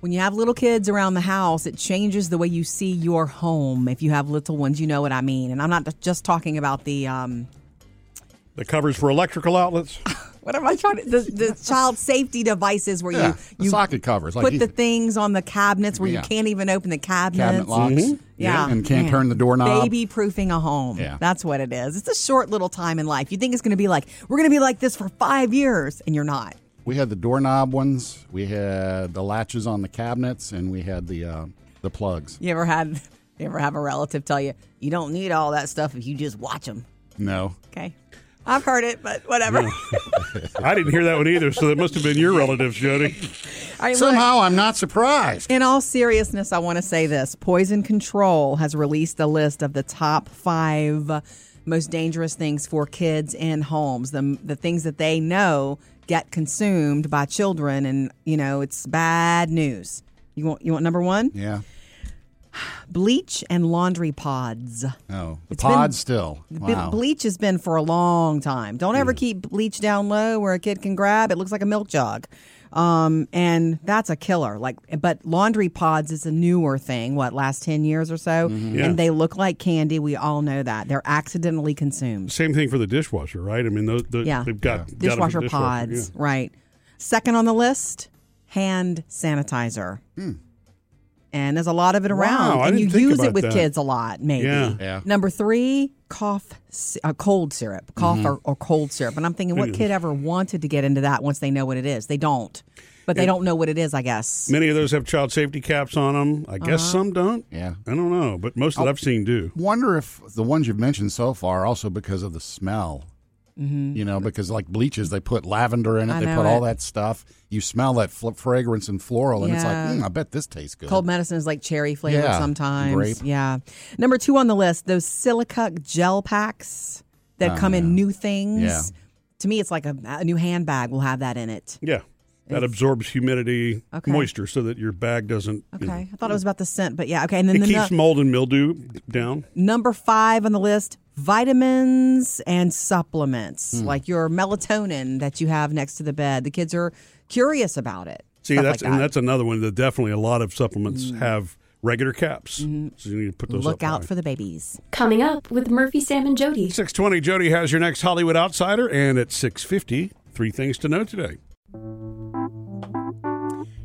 When you have little kids around the house, it changes the way you see your home. If you have little ones, you know what I mean. And I'm not just talking about the um, The covers for electrical outlets. what am I trying to the, the child safety devices where Yeah, you the you socket covers, like put he- the things on the cabinets where Yeah. you can't even open the cabinets. Mm-hmm. cabinet locks. Yeah. And can't Man. turn the doorknob. Baby proofing a home. Yeah. That's what it is. It's a short little time in life. You think it's going to be like, we're going to be like this for five years, and you're not. We had the doorknob ones. We had the latches on the cabinets, and we had the uh, the plugs. You ever had, you ever have a relative tell you, you don't need all that stuff if you just watch them. No, Okay. I've heard it, but whatever. I didn't hear that one either, so that must have been your relatives, Jody. All right, look. somehow I'm not surprised. In all seriousness, I want to say this Poison Control has released a list of the top five most dangerous things for kids in homes, the, the things that they know get consumed by children. And, you know, it's bad news. You want, you want number one? Yeah. Bleach and laundry pods. No, the been- pod still. Be- Wow. Bleach has been for a long time. Don't ever keep bleach down low where a kid can grab. It looks like a milk jug. Um, and that's a killer. Like, but laundry pods is a newer thing. What last ten years or so, Yeah. and they look like candy. We all know that they're accidentally consumed. Same thing for the dishwasher, right? I mean, those, the, Yeah. they've got got 'em for Dishwasher dishwasher, pods, yeah. right? Second on the list, hand sanitizer. And there's a lot of it around, I and you didn't think use it about with that. kids a lot, maybe. Yeah. Yeah. Number three, cough, sy- uh, cold syrup, cough or, or cold syrup. And I'm thinking, what kid ever wanted to get into that once they know what it is? They don't, but they don't know what it is, I guess. Many of those have child safety caps on them. I guess Uh-huh. some don't. Yeah. I don't know, but most Oh. that I've seen do. Wonder if the ones you've mentioned so far are also because of the smell. Mm-hmm. You know, because like bleaches, they put lavender in it, I they know put all it. that stuff. You smell that fl- fragrance and floral, and it's like, Yeah. mm, I bet this tastes good. Cold medicine is like cherry flavored Yeah, sometimes. grape. Yeah. Number two on the list, those silica gel packs that come Oh, in new things. Yeah. To me, it's like a, a new handbag will have that in it. Yeah. That absorbs humidity, Okay. moisture, so that your bag doesn't. you know, Okay. I thought it was about the scent, but yeah. Okay. And then it the keeps nu- mold and mildew down. number five on the list vitamins and supplements, Hmm. like your melatonin that you have next to the bed. The kids are curious about it. See, Stuff that's like and that. Mm. that's another one that definitely a lot of supplements have regular caps. So you need to put those Mm-hmm. Look up out high. for the babies. Coming up with Murphy, Sam, and Jody. 620 Jody has your next Hollywood Outsider and at 650 three things to know today.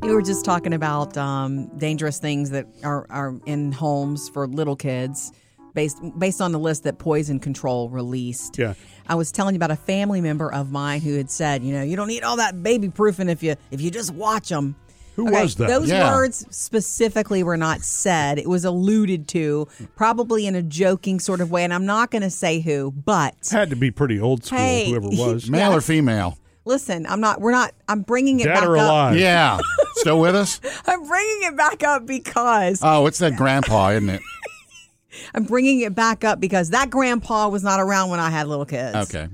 You were just talking about um, dangerous things that are, are in homes for little kids, based based on the list that Poison Control released. Yeah. I was telling you about a family member of mine who had said, you know, you don't need all that baby proofing if you if you just watch them. Who was that? Those Yeah. words specifically were not said. It was alluded to, probably in a joking sort of way. And I'm not going to say who, but Had to be pretty old school Hey. whoever was. Male or Yes. female? listen, I'm not. We're not. I'm bringing it Dead back or up. alive. Yeah. Still with us? I'm bringing it back up because Oh, it's that grandpa, isn't it? I'm bringing it back up because that grandpa was not around when I had little kids. Okay.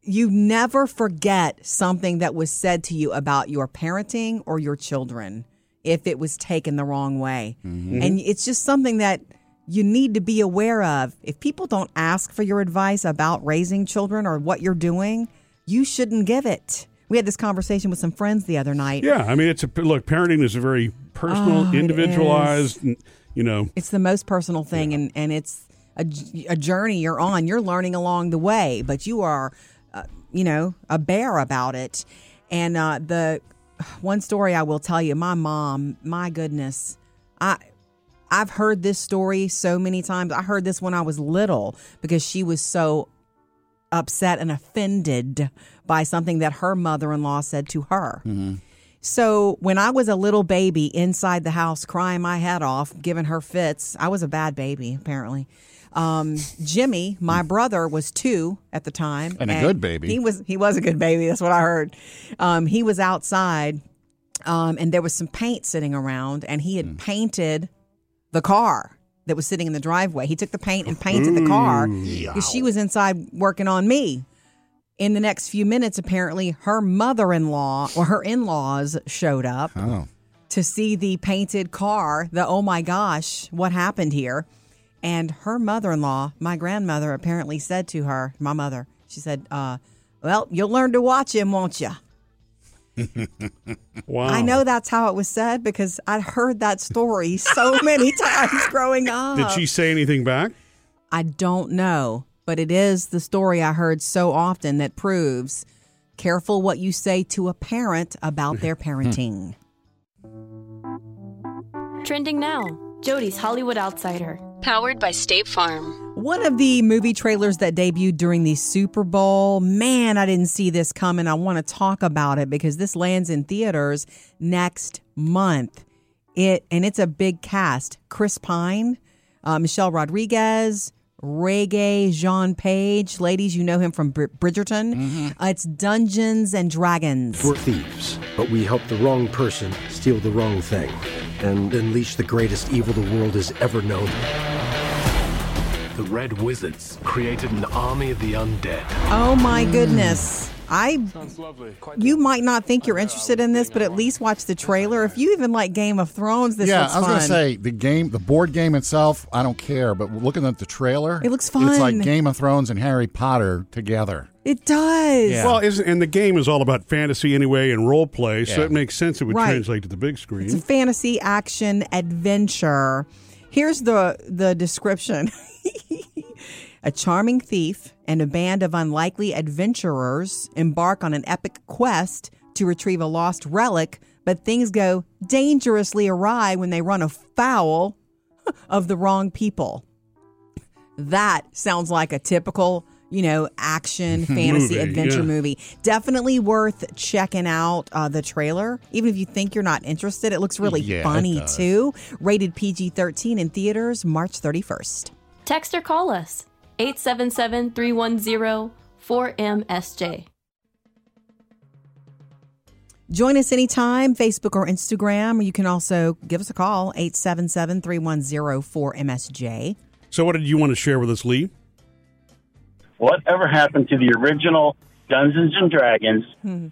You never forget something that was said to you about your parenting or your children if it was taken the wrong way. And it's just something that you need to be aware of. If people don't ask for your advice about raising children or what you're doing, you shouldn't give it. We had this conversation with some friends the other night. Yeah, I mean, it's a look. Parenting is a very personal, Oh, it individualized. n- You know, It's the most personal thing, and, and it's a, j- a journey you're on. You're learning along the way, but you are, uh, you know, a bear about it. And uh, the one story I will tell you, my mom, my goodness, I I've heard this story so many times. I heard this when I was little because she was so upset and offended by something that her mother-in-law said to her. Mm-hmm. So when I was a little baby inside the house, crying my head off, giving her fits, I was a bad baby apparently. Um, Jimmy, my brother, was two at the time, Mm. And a good baby. He was he was a good baby. That's what I heard. Um, he was outside, um, and there was some paint sitting around, and he had painted the car that was sitting in the driveway. He took the paint and painted the car because she was inside working on me. In the next few minutes, apparently, her mother in law or her in laws showed up Oh. to see the painted car, the oh my gosh, what happened here? And her mother in law, my grandmother, apparently said to her, my mother, she said, uh, Well, you'll learn to watch him, won't you? Wow. I know that's how it was said because I'd heard that story so many times growing up. Did she say anything back? I don't know, but it is the story I heard so often that proves careful what you say to a parent about their Hmm. parenting. Trending now Jody's Hollywood Outsider. Powered by State Farm. One of the movie trailers that debuted during the Super Bowl, man, I didn't see this coming. I want to talk about it because this lands in theaters next month. It and it's a big cast: Chris Pine, uh, Michelle Rodriguez, Reggae Jean Page. Ladies, you know him from Brid- Bridgerton. Mm-hmm. Uh, it's Dungeons and Dragons. We're thieves, but we help the wrong person steal the wrong thing and unleash the greatest evil the world has ever known. The Red Wizards created an army of the undead. Oh my goodness. I you might not think you're interested in this, but at least watch the trailer. If you even like Game of Thrones, this yeah, looks I was gonna fun. say the game, the board game itself. I don't care, but looking at the trailer, It looks It's fun. like Game of Thrones and Harry Potter together. It does. Yeah. Well, isn't, and the game is all about fantasy anyway and role play, so Yeah. it makes sense it would Right. translate to the big It's a screen. fantasy action adventure. Here's the the description. a charming thief and a band of unlikely adventurers embark on an epic quest to retrieve a lost relic, but things go dangerously awry when they run afoul of the wrong people. That sounds like a typical, you know, action fantasy Movie, adventure yeah. movie. Definitely worth checking out uh, the trailer, even if you think you're not interested. It looks really Yeah, it funny does. too. Rated PG 13 in theaters March 31st. Text or call us 877 310 4MSJ. Join us anytime, Facebook or Instagram. or You can also give us a call, 877 310 4MSJ. So, what did you want to share with us, Lee? whatever happened to the original Dungeons and Dragons?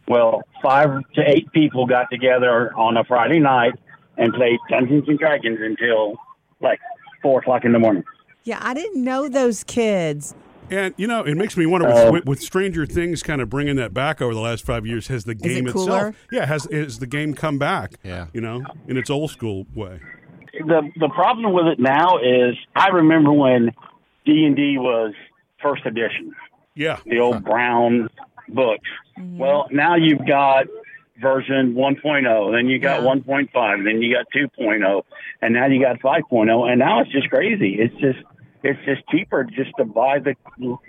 Well, five to eight people got together on a Friday night and played Dungeons and Dragons until like four o'clock in the morning. Yeah, I didn't know those kids. And you know, it makes me wonder with, with, with Stranger Things kind of bringing that back over the last five years. Has the game it itself, cooler? yeah, has is the game come back? Yeah. you know, in its old school way. The the problem with it now is I remember when D and D was first edition, Yeah, the old brown books. Well, now you've got version 1.0, then you got Yeah. 1.5, then you got 2.0, and now you got 5.0, and now it's just crazy. It's just it's just cheaper just to buy the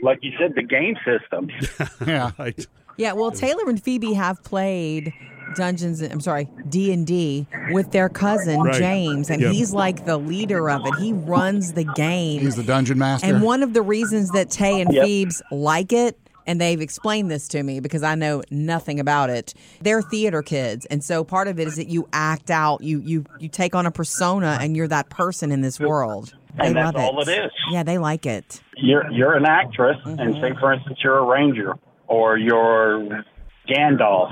like you said the game systems. Yeah, right. Yeah, well, Taylor and Phoebe have played Dungeons. I'm sorry, D and D with their cousin Right. James, and Yep. he's like the leader of it. He runs the game. he's the dungeon master. and one of the reasons that Tay and Yep. Phoebes like it, and they've explained this to me because I know nothing about it. They're theater kids, and so part of it is that you act out, you you you take on a persona, and you're that person in this world. They And that's love all it is. Yeah, they like it. You're you're an actress, and say for instance you're a ranger or you're Gandalf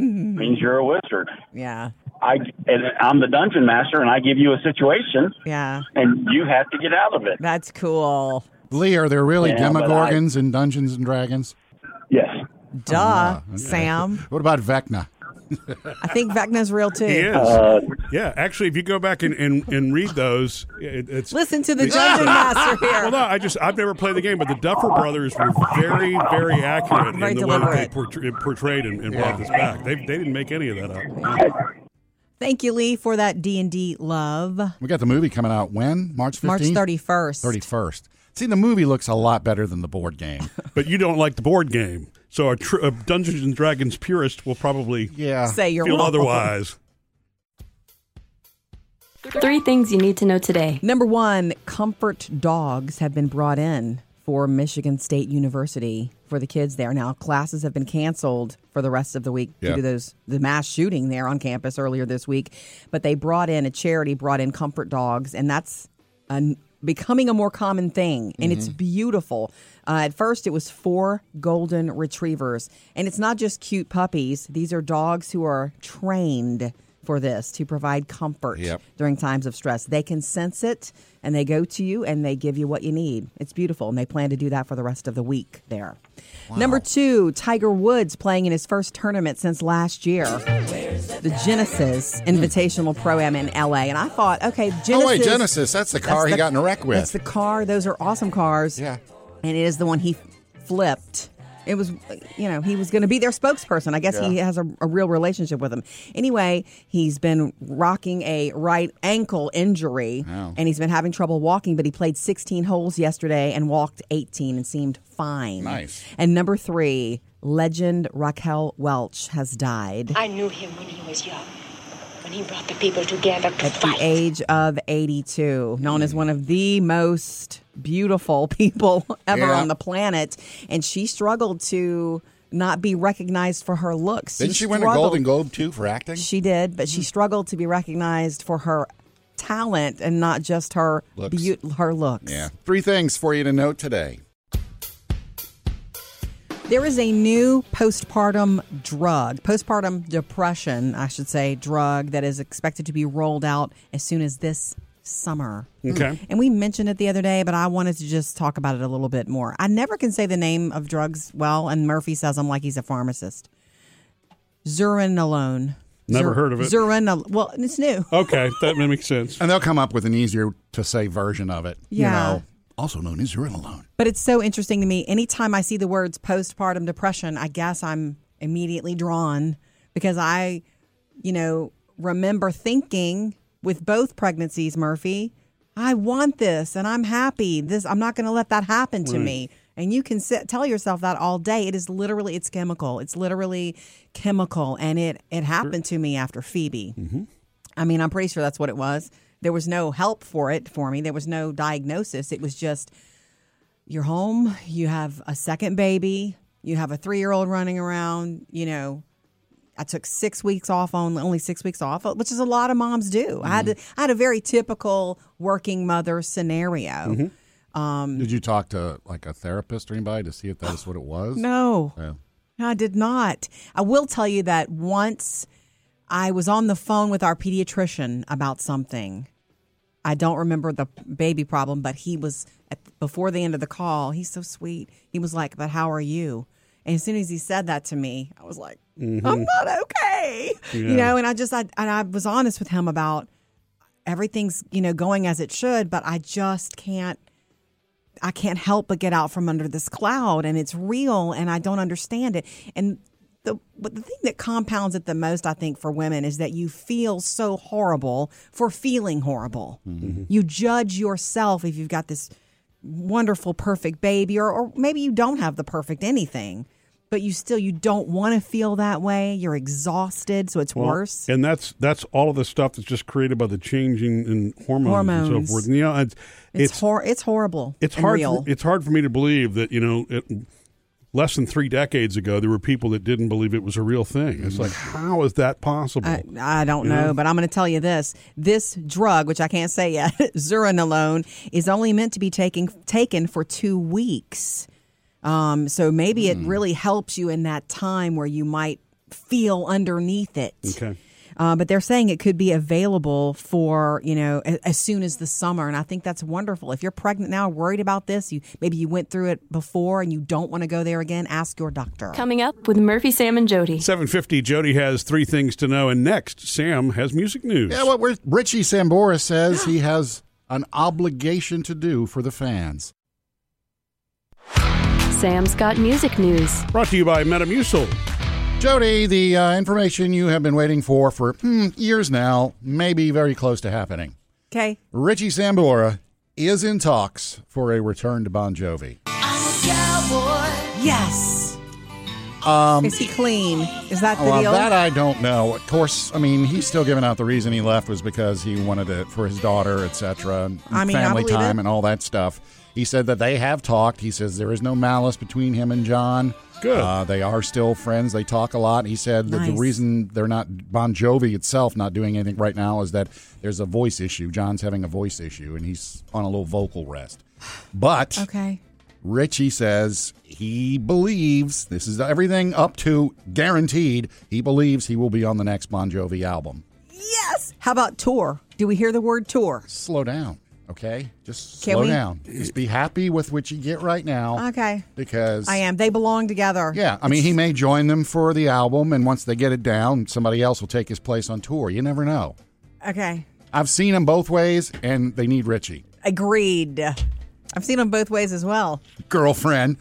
means you're a wizard. Yeah, I and I'm the dungeon master, and I give you a situation, yeah, and you have to get out of it. that's cool. Oh, Lee, are there really Yeah, but I- Demogorgons in Dungeons and Dragons? Yes. Duh, Sam. What about Vecna? I think Vecna's real too. He is. Uh, yeah, actually, if you go back and, and, and read those, it, it's Listen to the dungeon master Well, here. no, I just I've never played the game, but the Duffer Brothers were very, very accurate Very in the way that they deliberate. portray- portrayed and, and brought this back. They, they didn't make any of that up. Thank you, Lee, for that D and D love. We got the movie coming out when March 15th? March thirty first. 31st. See, the movie looks a lot better than the board game. But you don't like the board game, so a, tr- a Dungeons and Dragons purist will probably yeah. Say you're feel wrong. otherwise. Three things you need to know today. Number one, comfort dogs have been brought in for Michigan State University for the kids there. Now classes have been canceled for the rest of the week Yeah. due to those the mass shooting there on campus earlier this week. But they brought in a charity brought in comfort dogs, and that's an, becoming a more common thing. And Mm-hmm. it's beautiful. Uh, at first, it was four golden retrievers, and it's not just cute puppies. These are dogs who are trained. for for this to provide comfort Yep. during times of stress. They can sense it and they go to you and they give you what you need. It's beautiful. And they plan to do that for the rest of the week there. Number two, Tiger Woods playing in his first tournament since last year, the Genesis Invitational Pro Am in LA. And I thought, okay, Genesis. Oh, wait, Genesis. That's the car that's he the- got in a wreck That's with. the car. Those are awesome cars. Yeah. And it is the one he flipped. It was, you know, he was going to be their spokesperson. I guess he has a, a real relationship with him. Anyway, he's been rocking a right ankle injury and he's been having trouble walking, but he played 16 holes yesterday and walked 18 and seemed fine. Nice. And number three, legend Raquel Welch has died. I knew him when he was young, when he brought the people together to at the fight. age of 82, known Hmm. as one of the most beautiful people ever Yeah. on the planet. And she struggled to not be recognized for her looks. Didn't she win a struggled- Golden Hmm. Globe too for acting? She did, but she struggled to be recognized for her talent and not just her Looks. beaut- her looks. Yeah. Three things for you to note today. There is a new postpartum drug, postpartum depression, I should say, drug that is expected to be rolled out as soon as this summer. Okay. And we mentioned it the other day, but I wanted to just talk about it a little bit more. I never can say the name of drugs well, and Murphy says I'm like he's a pharmacist. Zurinolone. Never Zur- heard of it. Zurinol. Well, it's new. Okay, that makes sense. And they'll come up with an easier to say version of it. Yeah. You know, also known as Alone. But it's so interesting to me. Anytime I see the words postpartum depression, I guess I'm immediately drawn because I, you know, remember thinking with both pregnancies, Murphy, I want this and I'm happy. This I'm not going to let that happen to me. And you can sit, tell yourself that all day. It is literally it's chemical. It's literally chemical and it it happened to me after Phoebe. I mean, I'm pretty sure that's what it was. There was no help for it for me. There was no diagnosis. It was just you're home, you have a second baby, you have a three year old running around. You know, I took six weeks off on only six weeks off, which is a lot of moms do. I had to, I had a very typical working mother scenario. Did you talk to like a therapist or anybody to see if that's what it was? No, Yeah. No, I did not. I will tell you that once I was on the phone with our pediatrician about something. I don't remember the baby problem, but he was at, before the end of the call. He's so sweet. He was like, "But how are you?" And as soon as he said that to me, I was like, "I'm not okay," you know. And I just, I, and I was honest with him about everything's, you know, going as it should, but I just can't I can't help but get out from under this cloud and it's real and I don't understand it. And the but the thing that compounds it the most I think for women is that you feel so horrible for feeling horrible. You judge yourself if you've got this wonderful perfect baby or, or maybe you don't have the perfect anything. But you still you don't want to feel that way. You're exhausted, so it's Well, worse. And that's that's all of the stuff that's just created by the changing in hormones, and Hormones. so forth. And, you know, it's It's it's, hor- it's horrible. it's and hard. real. For, it's hard for me to believe that you know, it, less than three decades ago, there were people that didn't believe it was a real thing. It's like, how is that possible? I, I don't know, but I'm going to tell you this: this drug, which I can't say yet, zurinolone, is only meant to be taken taken for two weeks. Um, so maybe it really helps you in that time where you might feel underneath it. okay. Uh, but they're saying it could be available for you know a- as soon as the summer, and I think that's wonderful. If you're pregnant now, worried about this, you maybe you went through it before and you don't want to go there again. Ask your doctor. Coming up with Murphy, Sam, and Jody. 750 Jody has three things to know and next Sam has music news. Yeah, what we're, Richie Sambora says he has an obligation to do for the fans. Sam's got music news. Brought to you by Metamucil. Jody, the uh, information you have been waiting for for hmm, years now may be very close to happening. Okay. Richie Sambora is in talks for a return to Bon Jovi. Yes. Um, Is he clean? Is that the well, deal? that I don't know. Of course, I mean he's still giving out the reason he left was because he wanted it for his daughter, etc. and I mean, I family believe time it. and all that stuff. He said that they have talked. He says there is no malice between him and John. Good. Uh, they are still friends. They talk a lot. He said that the Nice. reason they're not Bon Jovi itself not doing anything right now is that there's a voice issue. John's having a voice issue and he's on a little vocal rest. But Okay. Richie says he believes this is everything up to guaranteed. He believes he will be on the next Bon Jovi album. Yes. How about tour? Do we hear the word tour? slow down, okay? Just Can slow we? down. Just be happy with what you get right now. Okay. Because I am. They belong together. Yeah, I mean, he may join them for the album, and once they get it down, somebody else will take his place on tour. You never know. Okay. I've seen them both ways, and they need Richie. Agreed. I've seen them both ways as well. Girlfriend.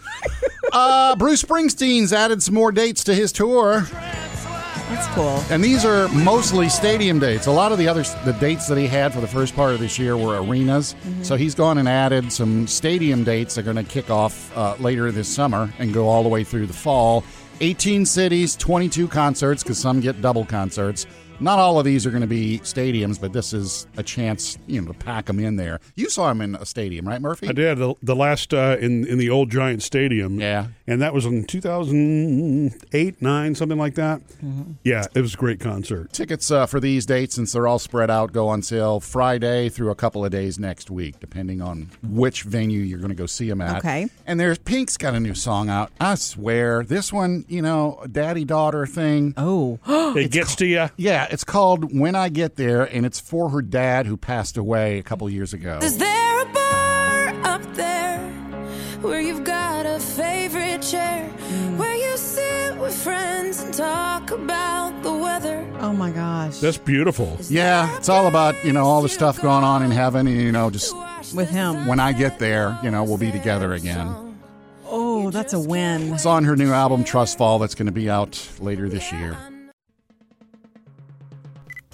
uh, Bruce Springsteen's added some more dates to his tour. That's cool. And these are mostly stadium dates. A lot of the other the dates that he had for the first part of this year were arenas. So he's gone and added some stadium dates that are going to kick off uh, later this summer and go all the way through the fall. 18 cities, 22 concerts because some get double concerts. Not all of these are going to be stadiums, but this is a chance, you know, to pack them in there. You saw him in a stadium, right, Murphy? I did the, the last uh, in in the old Giant Stadium. Yeah. and that was in 2008, nine, something like that. Mm-hmm. Yeah, it was a great concert. Tickets uh, for these dates, since they're all spread out, go on sale Friday through a couple of days next week, depending on which venue you're going to go see them at. Okay. And there's Pink's got a new song out. I swear, this one, you know, daddy daughter thing. Oh. It gets to you. Yeah, it's called When I Get There, and it's for her dad who passed away a couple years ago. Is there a bar up there where you've got a favorite chair where you sit with friends and talk about the weather? Oh my gosh. That's beautiful. Yeah, it's all about, you know, all the stuff going on in heaven, and, you know, just With him. when I get there, you know, we'll be together again. oh, that's a win. It's on her new album, Trustfall, that's going to be out later this year.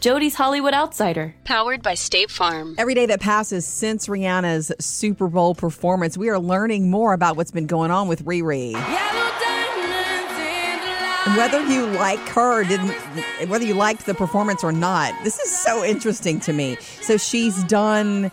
Jody's Hollywood Outsider. Powered by State Farm. Every day that passes since Rihanna's Super Bowl performance, we are learning more about what's been going on with Riri. Yellow diamonds in the light. Whether you like her or didn't, whether you liked the performance or not, this is so interesting to me. So she's done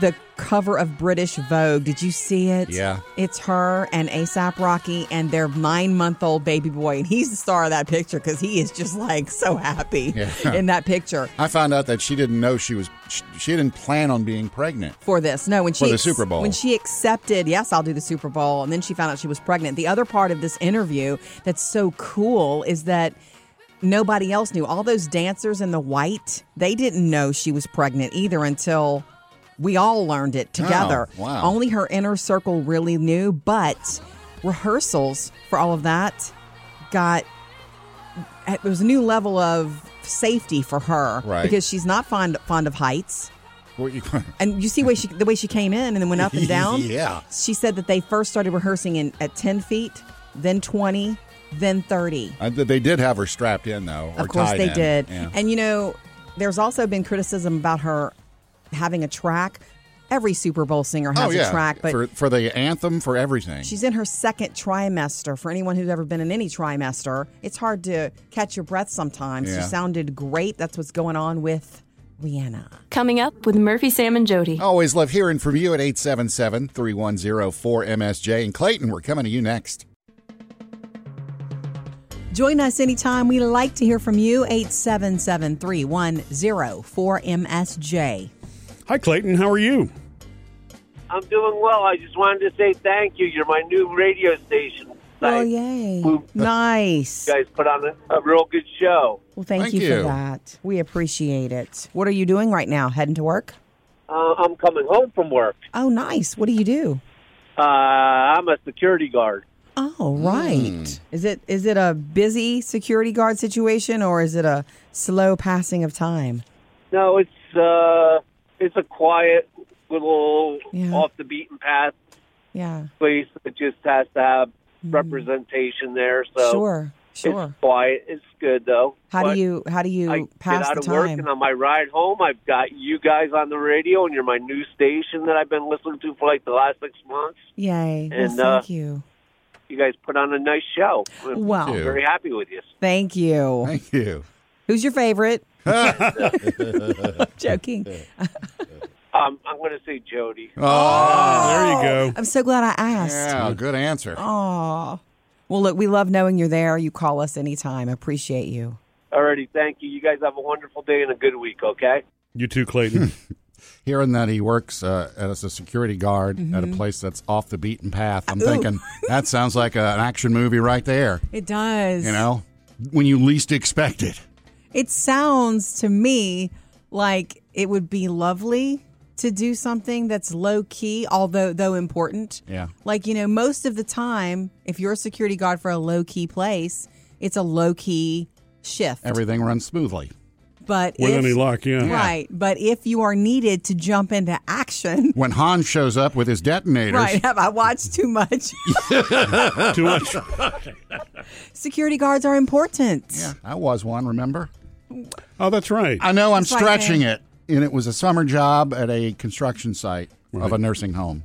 the cover of British Vogue. Did you see it? Yeah. It's her and ASAP Rocky and their nine month old baby boy. And he's the star of that picture because he is just like so happy Yeah. in that picture I found out that she didn't know she was she, she didn't plan on being pregnant. for this. No, when she For the Super Bowl. when she accepted, yes, I'll do the Super Bowl, and then she found out she was pregnant. The other part of this interview that's so cool is that nobody else knew. All those dancers in the white, they didn't know she was pregnant either until we all learned it together. Oh, wow. Only her inner circle really knew, but rehearsals for all of that got it was a new level of safety for her Right. because she's not fond fond of heights. What you- And you see way she, the way she came in and then went up and down? Yeah. She said that they first started rehearsing in at 10 feet, then 20, then 30. I, they did have her strapped in though. or Of course tied they in. did. Yeah. And you know, there's also been criticism about her having a track. Every Super Bowl singer has oh yeah, a track, but for for the anthem for everything. she's in her second trimester. For anyone who's ever been in any trimester, it's hard to catch your breath sometimes. Yeah. She sounded great. That's what's going on with Rihanna. Coming up with Murphy, Sam, and Jody. Always love hearing from you at 877-310-4MSJ. And Clayton, we're coming to you next. Join us anytime. We like to hear from you. 877 msj Hi, Clayton. How are you? I'm doing well. I just wanted to say thank you. You're my new radio station. Oh, Like, yay. Boop. Nice. You guys put on a, a real good show. Well, thank, Thank you, you. for that. We appreciate it. What are you doing right now? Heading to work? Uh, I'm coming home from work. Oh, nice. What do you do? Uh, I'm a security guard. Oh, right. Is it is it a busy security guard situation or is it a slow passing of time? No, it's uh, it's a quiet little Yeah. off the beaten path Yeah. place that just has to have representation there. So Mm. sure. it's Sure. quiet. It's good though. How But do you how do you I pass get out the of work time? and on my ride home, I've got you guys on the radio, and you're my new station that I've been listening to for like the last six months. Yay. Well, and, thank uh, you. you guys put on a nice show. I'm Well, you. very happy with you. Thank you. Thank you. Who's your favorite? Joking. Um, I'm going to say Jody. Oh, There you go. I'm so glad I asked. yeah, good answer. Oh. Aw. Well, look, we love knowing you're there. You call us anytime. Appreciate you. Alrighty, thank you. You guys have a wonderful day and a good week. Okay. You too, Clayton. Hearing that he works uh, as a security guard at a Mm-hmm. place that's off the beaten path, I'm thinking that sounds like a, an action movie right there. It does. You know, when you least expect it. it sounds to me like it would be lovely to do something that's low key, although though important. Yeah. Like, you know, most of the time, if you're a security guard for a low key place, it's a low key shift. Everything runs smoothly. But With if, any luck, yeah. Right. But if you are needed to jump into action, When Hans shows up with his detonators, right, have I watched too much? too much. security guards are important. Yeah, I was one, remember? Oh, that's right. I know I'm That's what I stretching think. it. And it was a summer job at a construction site of a nursing home.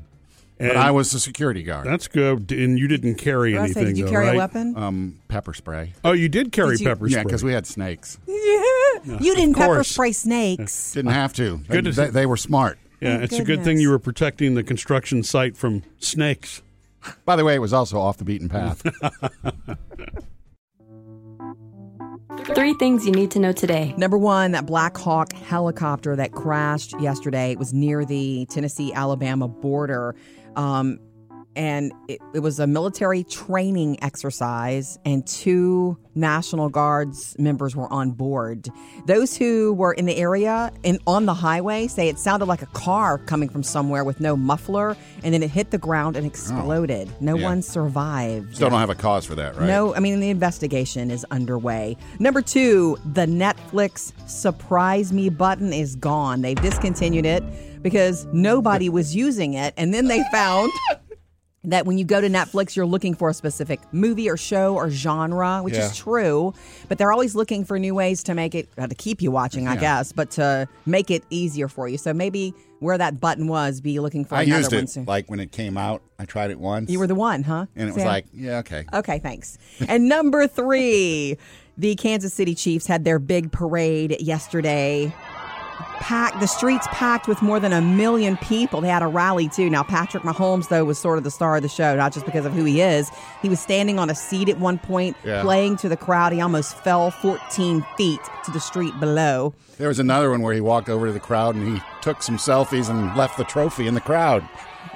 but And- I was the security guard. That's good. And you didn't carry Did I anything. say, did you though, carry right? a Uh, weapon? Um, pepper spray. Oh, you did carry Did you- pepper Yeah, spray. because we had snakes. Yeah. You didn't pepper course. spray snakes. Didn't have to. They, Good to they- see- they were smart. yeah, Oh, it's a good thing goodness. you were protecting the construction site from snakes. By the way, it was also off the beaten path. Three things you need to know today. Number one, that Black Hawk helicopter that crashed yesterday it was near the Tennessee Alabama border. Um, and it, it was a military training exercise, and two National Guards members were on board. Those who were in the area and on the highway say it sounded like a car coming from somewhere with no muffler, and then it hit the ground and exploded. no Oh. Yeah. one survived. Still don't have a cause for that, right? No, I mean, the investigation is underway. Number two, the Netflix surprise me button is gone. They've discontinued it because nobody was using it. And then they found that when you go to Netflix, you're looking for a specific movie or show or genre, which Yeah. is true. But they're always looking for new ways to make it, uh, to keep you watching, I guess, but to make it easier for you. So maybe where that button was, be looking for I another used one it soon. like when it came out. I tried it once. you were the one, huh? and it was Sam? like, yeah, okay. Okay, thanks. And number three, the Kansas City Chiefs had their big parade yesterday. Packed the streets packed with more than a million people. They had a rally too. Now Patrick Mahomes though was sort of the star of the show, not just because of who he is. He was standing on a seat at one point, Yeah. playing to the crowd. He almost fell 14 feet to the street below. There was another one where he walked over to the crowd and he took some selfies and left the trophy in the crowd.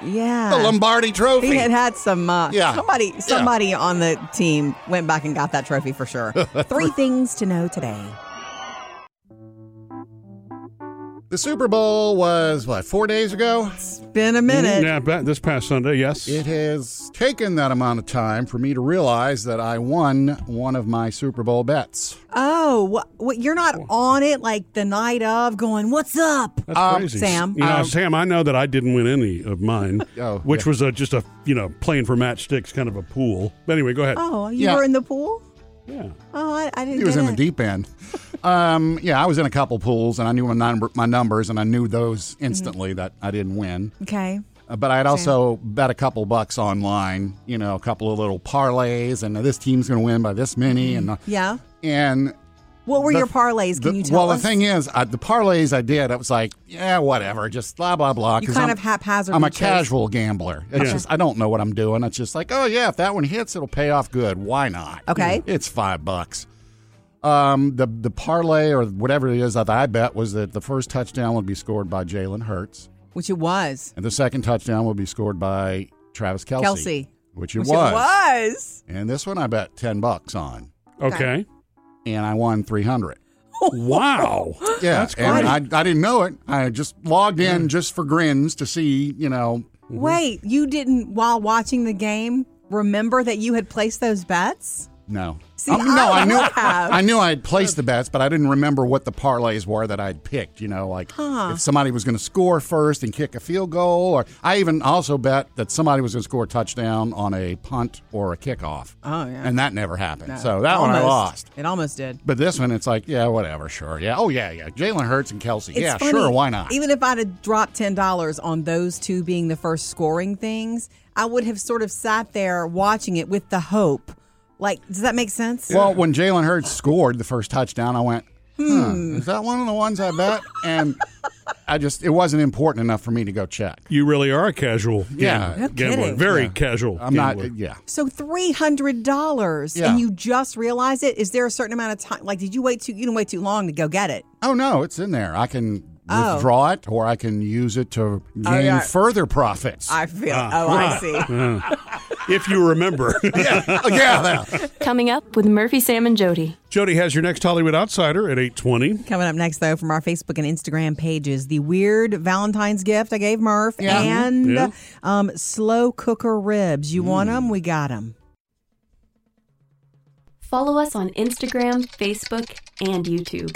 Yeah, The Lombardi Trophy. He had had some. Uh, Yeah. Somebody, Yeah. somebody on the team went back and got that trophy for sure. Three things to know today. The Super Bowl was what four days ago. Been a minute. Yeah, ba- this past Sunday, yes. It has taken that amount of time for me to realize that I won one of my Super Bowl bets. Oh, what, what, you're not on it like the night of going, what's up? That's Um, crazy. Sam. You know, Um, Sam, I know that I didn't win any of mine, Oh, which yeah. was a, just a, you know, playing for matchsticks kind of a pool. But anyway, go ahead. Oh, you Yeah. were in the pool? Yeah. Oh, I, I didn't He was get in the it. deep end. Um, yeah, I was in a couple pools and I knew my number, my numbers, and I knew those instantly that I didn't win. Okay. Uh, But I had also bet a couple bucks online, you know, a couple of little parlays, and this team's going to win by this many, and Yeah. and What were The- your parlays? Can the- you tell well, us? the thing is, I, the parlays I did, I was like, yeah, whatever, just blah blah blah. You 'cause kind I'm- of haphazardly I'm a chose- casual gambler. It's Yeah. just I don't know what I'm doing. It's just like, oh yeah, if that one hits, it'll pay off good. Why not? Mm-hmm. Okay. it's five bucks. Um, the the parlay or whatever it is that I bet was that the first touchdown would be scored by Jalen Hurts, Which it was. and the second touchdown would be scored by Travis Kelsey. Kelsey. Which it, Which was. It was. And this one I bet ten bucks on, Okay. and I won three hundred. wow. Yeah, That's great. Mm. and I, I didn't know it. I just logged in just for grins to see, you know, Wait, you didn't, while watching the game, remember that you had placed those bets? no. Uh, See, no, I I knew would have. I knew I had placed the bets, but I didn't remember what the parlays were that I'd picked, you know, like if somebody was going to score first and kick a field goal or I even also bet that somebody was going to score a touchdown on a punt or a kickoff. Oh, yeah. And that never happened. So that one I Almost. lost. It almost did. But this one, it's like, yeah, whatever, sure, yeah, oh yeah, yeah, Jalen Hurts and Kelsey, It's yeah, funny, sure, why not? Even if I'd have dropped ten dollars on those two being the first scoring things, I would have sort of sat there watching it with the hope. Like, does that make sense? Well, when Jalen Hurts scored the first touchdown, I went, hmm, is that one of the ones I bet? And I just, it wasn't important enough for me to go check. You really are a casual gam- Yeah. No gambler. kidding. Very Yeah. casual. I'm not, gambler. yeah. so three hundred dollars, Yeah. and you just realize it. Is there a certain amount of time? Like, did you wait too? You didn't wait too long to go get it. Oh, no, it's in there. I can Oh. withdraw it or I can use it to gain yeah. further profits. I feel. oh, I see. if you remember. uh, yeah, yeah. Coming up with Murphy, Sam, and Jody. Jody has your next Hollywood Outsider at 820. Coming up next, though, from our Facebook and Instagram pages, the weird Valentine's gift I gave Murph Yeah. Mm. and Yeah. um, slow cooker ribs. You want 'em? want them? We got them. Follow us on Instagram, Facebook, and YouTube.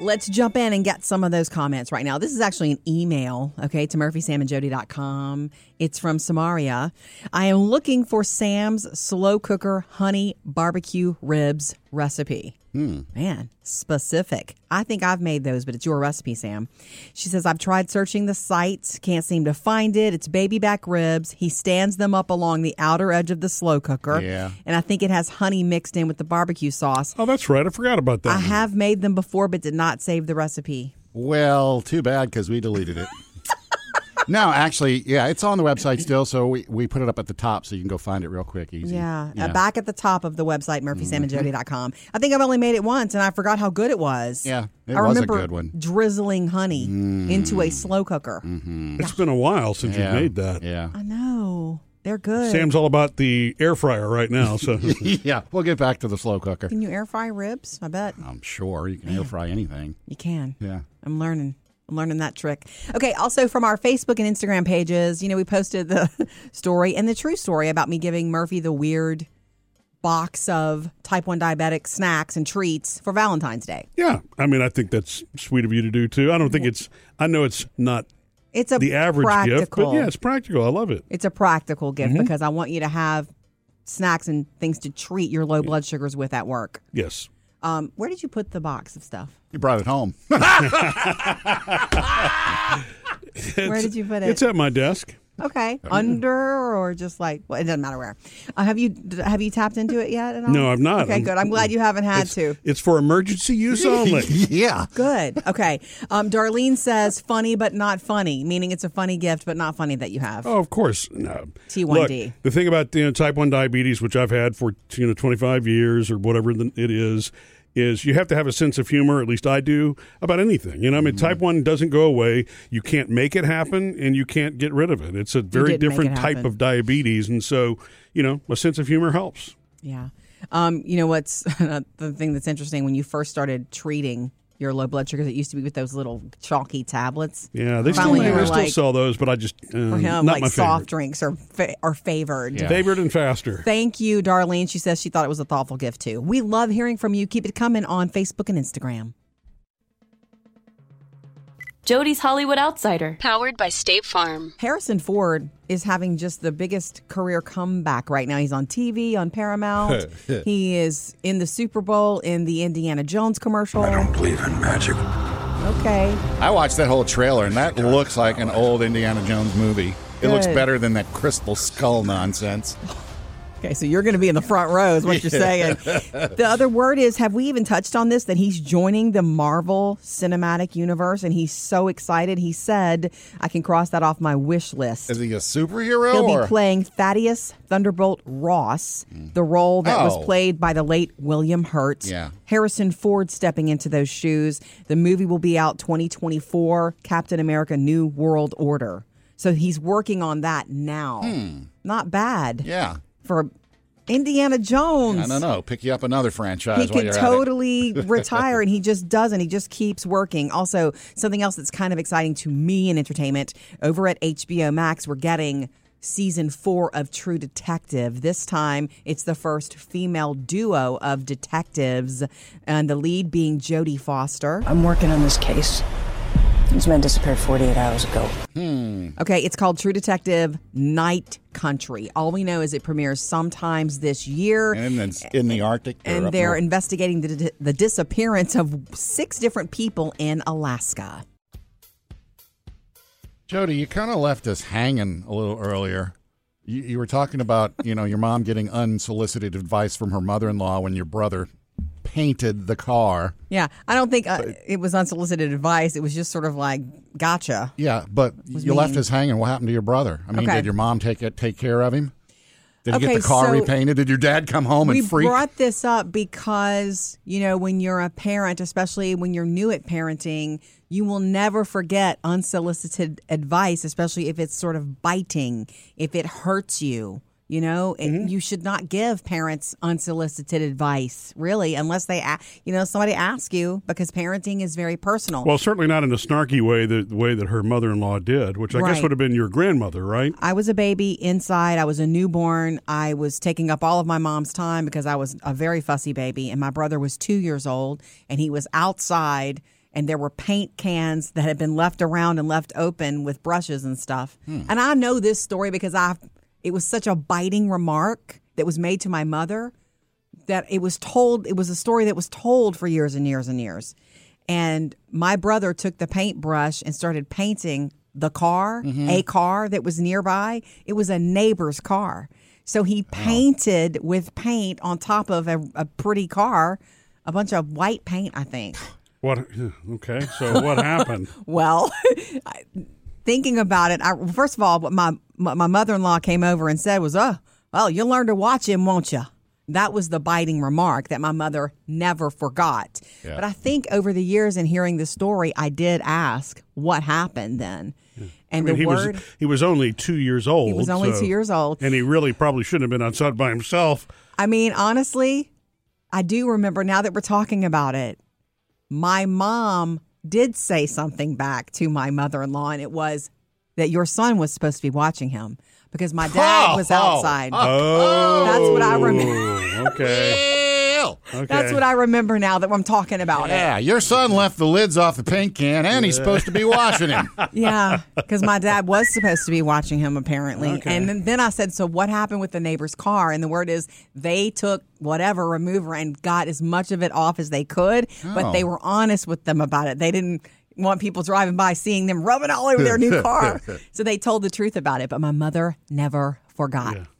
Let's jump in and get some of those comments right now. This is actually an email, okay, to murphysamandjody.com. It's from Samaria. I am looking for Sam's slow cooker honey barbecue ribs recipe. Man, specific. I think I've made those, but it's your recipe, Sam. She says, I've tried searching the sites, can't seem to find it. It's baby back ribs. He stands them up along the outer edge of the slow cooker. Yeah. And I think it has honey mixed in with the barbecue sauce. Oh, that's right. I forgot about that. I have made them before, but did not save the recipe. Well, too bad because we deleted it. no, actually, yeah, it's on the website still, so we, we put it up at the top so you can go find it real quick, easy. Yeah, Uh, back at the top of the website, murphysamandjody.com. I think I've only made it once, and I forgot how good it was. Mm-hmm. Yeah, it I was a remember good one. Mm. drizzling honey into a slow cooker. It's been a while since Yeah. you've made that. Yeah. I know. They're good. Sam's all about the air fryer right now. So yeah, we'll get back to the slow cooker. Can you air fry ribs? I bet I'm sure you can air fry anything. you can. Yeah. I'm learning. I'm learning that trick. Okay, also from our Facebook and Instagram pages, you know, we posted the story and the true story about me giving Murphy the weird box of type 1 diabetic snacks and treats for Valentine's Day. yeah, I mean, I think that's sweet of you to do too. I don't think it's. I know it's not It's a the average gift, practical. but Mm-hmm. yeah, it's practical. I love it. It's a practical gift because I want you to have snacks and things to treat your low blood sugars with at work. Yes. Um, where did you put the box of stuff? You brought it home. Where did you put it? It's at my desk. okay, under or just like well, it doesn't matter where. Uh, have you d- have you tapped into it yet? At all? No, I've not. Okay, I'm- good. I'm glad you haven't had it's, to. It's for emergency use only. yeah. Good. Okay. Um, Darlene says funny but not funny, meaning it's a funny gift but not funny that you have. Oh, of course. No. T1D. Look, the thing about you know, type 1 diabetes, which I've had for you know 25 years or whatever the- it is, is you have to have a sense of humor, at least I do, about anything. You know, I mean, Mm-hmm. type 1 doesn't go away. You can't make it happen and you can't get rid of it. It's a didn't make very it different type happen. of diabetes. And so, you know, a sense of humor helps. Yeah. Um, you know what's the thing that's interesting when you first started treating your low blood sugars, it used to be with those little chalky tablets. Yeah, they still, Finally, they you were still like- sell those, but I just, um, For him, not like my soft favorite. drinks are fa- are favored. Yeah. Favorite and faster. Thank you, Darlene. She says she thought it was a thoughtful gift too. We love hearing from you. Keep it coming on Facebook and Instagram. Jody's Hollywood Outsider. Powered by State Farm. Harrison Ford is having just the biggest career comeback right now. He's on TV, on Paramount. he is in the Super Bowl, in the Indiana Jones commercial. believe in magic. Okay. I watched that whole trailer, and that looks like an old Indiana Jones movie. It looks Good. better than that crystal skull nonsense. Okay, so you're going to be in the front row, is what you're saying. the other word is have we even touched on this? That he's joining the Marvel Cinematic Universe and he's so excited. He said, I can cross that off my wish list. Is he a superhero? He'll or? be playing Thaddeus Thunderbolt Ross, the role that Oh. was played by the late William Hurt. Yeah. Harrison Ford stepping into those shoes. The movie will be out 2024, Captain America New World Order. So he's working on that now. Not bad Hmm. Yeah. for Indiana Jones. I don't know. Pick you up another franchise He while could uh, you're totally retire, and he just doesn't. He just keeps working. Also, something else that's kind of exciting to me in entertainment over at HBO Max, we're getting season four of True Detective. This time, it's the first female duo of detectives, and the lead being Jodie Foster. I'm working on this case. These men disappeared 48 hours ago. Okay, it's called True Detective Night Country. All we know is it premieres sometimes this year. at it. And then it's in the Arctic. or and up they're north. investigating the, the disappearance of six different people in Alaska. Jody, you kind of left us hanging a little earlier. You, you were talking about, you know, your mom getting unsolicited advice from her mother-in-law when your brother painted the car. Yeah, I don't think uh, it was unsolicited advice. It was just sort of like, gotcha. Yeah, but you left mean. us hanging. What happened to your brother? I mean, Okay. did your mom take it, take care of him? Did he Okay, get the car so- repainted? Did your dad come home We and freak? brought this up because, you know, when you're a parent, especially when you're new at parenting, you will never forget unsolicited advice, especially if it's sort of biting, if it hurts you. You know, and you should not give parents unsolicited advice, really, unless they, a- you know, somebody asks you because parenting is very personal. Well, certainly not in a snarky way, the, the way that her mother in law did, which I Right. guess would have been your grandmother, right? I was a baby inside. I was a newborn. I was taking up all of my mom's time because I was a very fussy baby. And my brother was two years old and he was outside. And there were paint cans that had been left around and left open with brushes and stuff. And I know this story because I, it was such a biting remark that was made to my mother that it was told it was a story that was told for years and years and years and my brother took the paintbrush and started painting the car a car that was nearby it was a neighbor's car so he painted with paint on top of a, a pretty car a bunch of white paint i think What? Okay, so what happened? well I- thinking about it I, first of all what my, my my mother-in-law came over and said was oh well you'll learn to watch him won't you that was the biting remark that my mother never forgot Yeah. but i think over the years in hearing the story i did ask what happened then and Hmm. I mean, the he word was he was only two years old. only so- two years old. and he really probably shouldn't have been outside by himself. I mean, honestly, I do remember now that we're talking about it. My mom did say something back to my mother in law, and it was that your son was supposed to be watching him because my dad oh, was outside. Oh, That's what I remember. oh, okay. That's what I remember now that I'm talking about it. Yeah, your son left the lids off the paint can, and he's supposed to be washing him. Yeah, because my dad was supposed to be watching him apparently, and then, then I said, "So what happened with the neighbor's car?" And the word is they took whatever remover and got as much of it off as they could, but Oh. they were honest with them about it. They didn't want people driving by seeing them rubbing all over their new car, so they told the truth about it. But my mother never forgot.